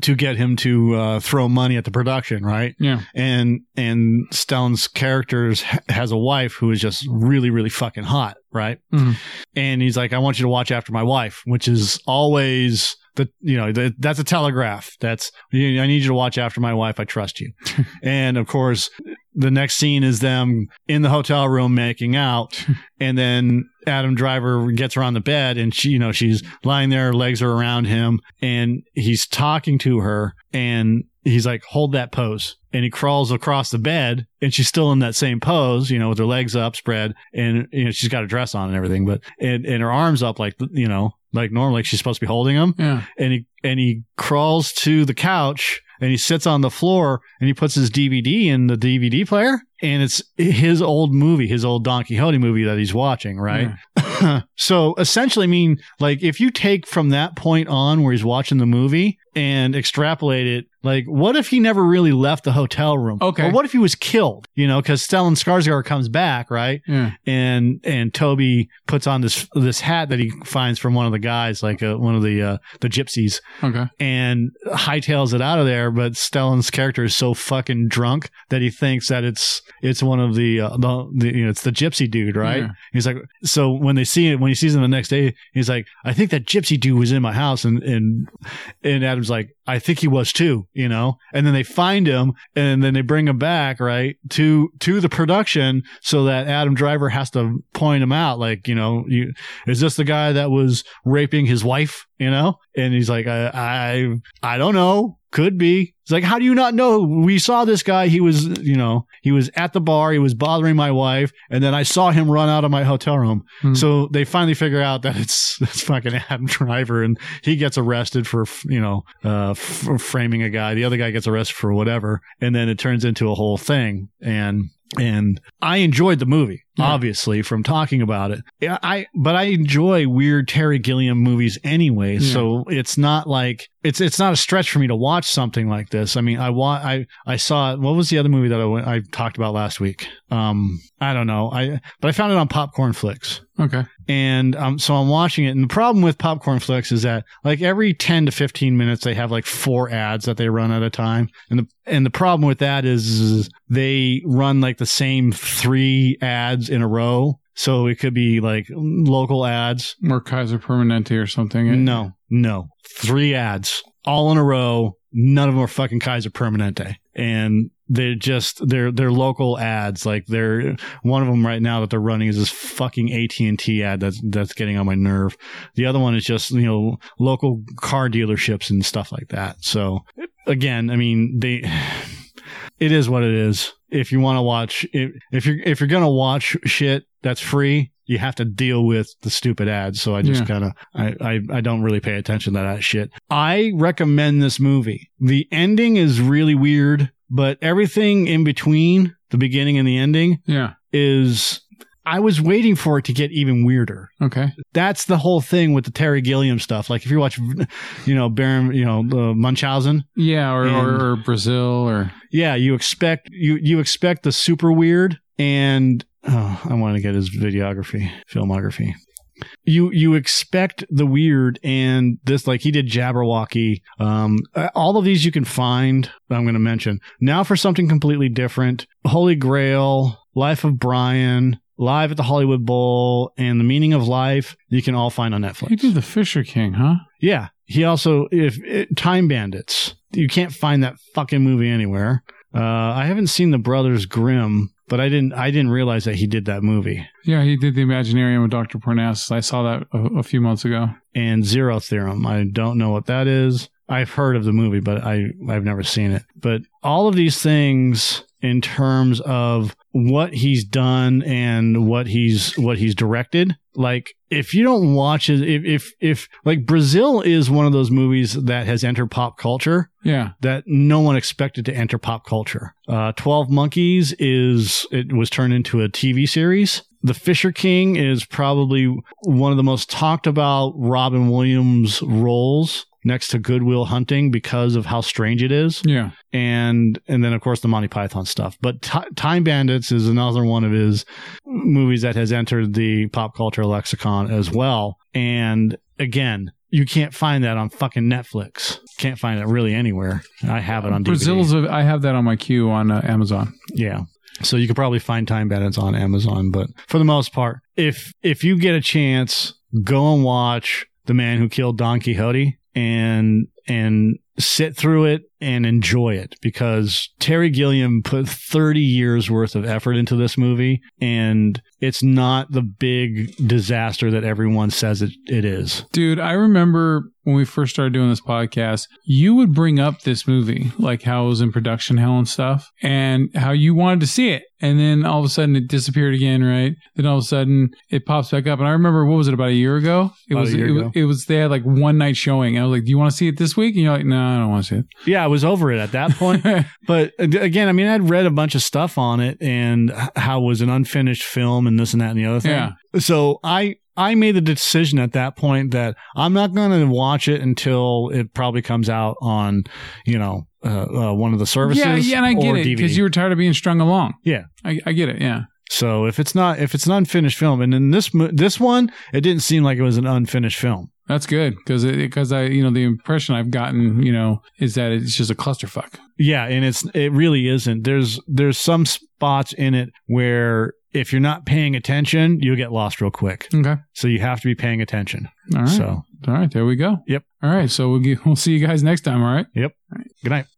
to get him to uh, throw money at the production, right? Yeah. And and Stone's character has a wife who is just really really fucking hot, right? Mhm. And he's like, I want you to watch after my wife, which is always the you know the, that's a telegraph. That's you- I need you to watch after my wife. I trust you. and of course, the next scene is them in the hotel room making out, and then Adam Driver gets her on the bed, and she, you know, she's lying there, her legs are around him, and he's talking to her, and he's like, "Hold that pose," and he crawls across the bed, and she's still in that same pose, you know, with her legs up, spread, and you know, she's got a dress on and everything, but and and her arms up, like you know, like normal, like she's supposed to be holding him, Yeah. and he and he crawls to the couch and he sits on the floor and he puts his DVD in the DVD player and it's his old movie, his old Don Quixote movie that he's watching, right? so essentially, I mean, like if you take from that point on where he's watching the movie and extrapolate it, like what if he never really left the hotel room? Okay. Or what if he was killed? You know, because Stellan Skarsgård comes back, right? Yeah. and and Toby puts on this this hat that he finds from one of the guys, like uh, one of the uh, the gypsies, Okay. and hightails it out of there. But Stellan's character is so fucking drunk that he thinks that it's it's one of the uh, the, the you know, it's the gypsy dude, right? Yeah. He's like, so when they see it, when he sees him the next day, he's like, I think that gypsy dude was in my house, and and and Adam's like, I think he was too, you know. And then they find him, and then they bring him back, right, to to the production, so that Adam Driver has to point him out, like, you know, you is this the guy that was raping his wife, you know? And he's like, I I, I don't know. Could be. It's like, how do you not know? We saw this guy. He was, you know, he was at the bar. He was bothering my wife, and then I saw him run out of my hotel room. Hmm. So they finally figure out that it's it's fucking Adam Driver, and he gets arrested for you know uh, for framing a guy. The other guy gets arrested for whatever, and then it turns into a whole thing. And and I enjoyed the movie, Yeah. obviously, from talking about it. Yeah, I but I enjoy weird Terry Gilliam movies anyway, Yeah. so it's not like it's it's not a stretch for me to watch something like this. I mean, I wa- I I saw what was the other movie that I went, I talked about last week? Um, I don't know. I but I found it on Popcorn Flicks Okay. and um, so I'm watching it. And the problem with popcorn flicks is that like every 10 to 15 minutes, they have like four ads that they run at a time. And the and the problem with that is they run like the same three ads in a row. So it could be like local ads. Or Kaiser Permanente or something. No, no, three ads all in a row. None of them are fucking Kaiser Permanente, and they're just they're they're local ads. Like they're one of them right now that they're running is this fucking AT and T ad that's that's getting on my nerve. The other one is just you know local car dealerships and stuff like that. So again, I mean they. It is what it is. If you want to watch, if, if you're if you're gonna watch shit that's free, you have to deal with the stupid ads. So I just Yeah. kind of I, I I don't really pay attention to that shit. I recommend this movie. The ending is really weird, but everything in between the beginning and the ending Yeah. is. I was waiting for it to get even weirder Okay. that's the whole thing with the Terry Gilliam stuff. Like if you watch, you know, Baron, you know, uh, Munchausen, Yeah. Or, And- or, or Brazil or. yeah, you expect you you expect the super weird, and oh, I want to get his videography, filmography. You you expect the weird, and this like he did Jabberwocky. Um, uh, all of these you can find. that I'm going to mention now for something completely different. Holy Grail, Life of Brian. Live at the Hollywood Bowl and The Meaning of Life, you can all find on Netflix. He did the Fisher King, huh? Yeah. He also if it, Time Bandits. You can't find that fucking movie anywhere. Uh, I haven't seen The Brothers Grimm, but I didn't I didn't realize that he did that movie. Yeah, he did the Imaginarium with Dr. Parnassus. I saw that a, a few months ago. And Zero Theorem. I don't know what that is. I've heard of the movie, but I I've never seen it. But all of these things in terms of what he's done and what he's what he's directed like if you don't watch it if if, if like brazil is one of those movies that has entered pop culture Yeah. that no one expected to enter pop culture. Uh, Twelve Monkeys is it was turned into a TV series. The Fisher King is probably one of the most talked about Robin Williams roles next to Goodwill Hunting because of how strange it is Yeah. and and then of course the Monty Python stuff. But Ti Time Bandits is another one of his movies that has entered the pop culture lexicon as well. And again, You can't find that on fucking Netflix. Can't find it really anywhere. I have it on DVD. Brazil's. A, I have that on my queue on uh, Amazon. Yeah. So you could probably find Time Bandits on Amazon, but for the most part, if if you get a chance, go and watch The Man Who Killed Don Quixote and and sit through it and enjoy it because Terry Gilliam put 30 years worth of effort into this movie and it's not the big disaster that everyone says it, it is. Dude, I remember when we first started doing this podcast, you would bring up this movie, like how it was in production hell and stuff, and how you wanted to see it. And then all of a sudden it disappeared again, right? Then all of a sudden it pops back up. And I remember, what was it, about a year ago? It, About a was, year it, was- ago. it was, they had like one night showing. I was like, do you want to see it this week? And you're like, no, I don't want to see it. Yeah, I was over it at that point. But ag- again, I mean, I'd read a bunch of stuff on it and h- how it was an unfinished film and this and that and the other thing. Yeah. So I I made the decision at that point that I'm not going to watch it until it probably comes out on, you know, uh, uh, one of the services. yeah, yeah, and I get or it DVD. because you were tired of being strung along. Yeah. I, I get it. Yeah. So if it's not if it's an unfinished film, and in this mo- this one, it didn't seem like it was an unfinished film. That's good because because I you know the impression I've gotten you know is that it's just a clusterfuck. Yeah, and it's it really isn't. There's there's some spots in it where if you're not paying attention, you'll get lost real quick. Okay, So you have to be paying attention. all right, So all right, there we go. Yep. All right, so we'll get, we'll see you guys next time. All right. good night.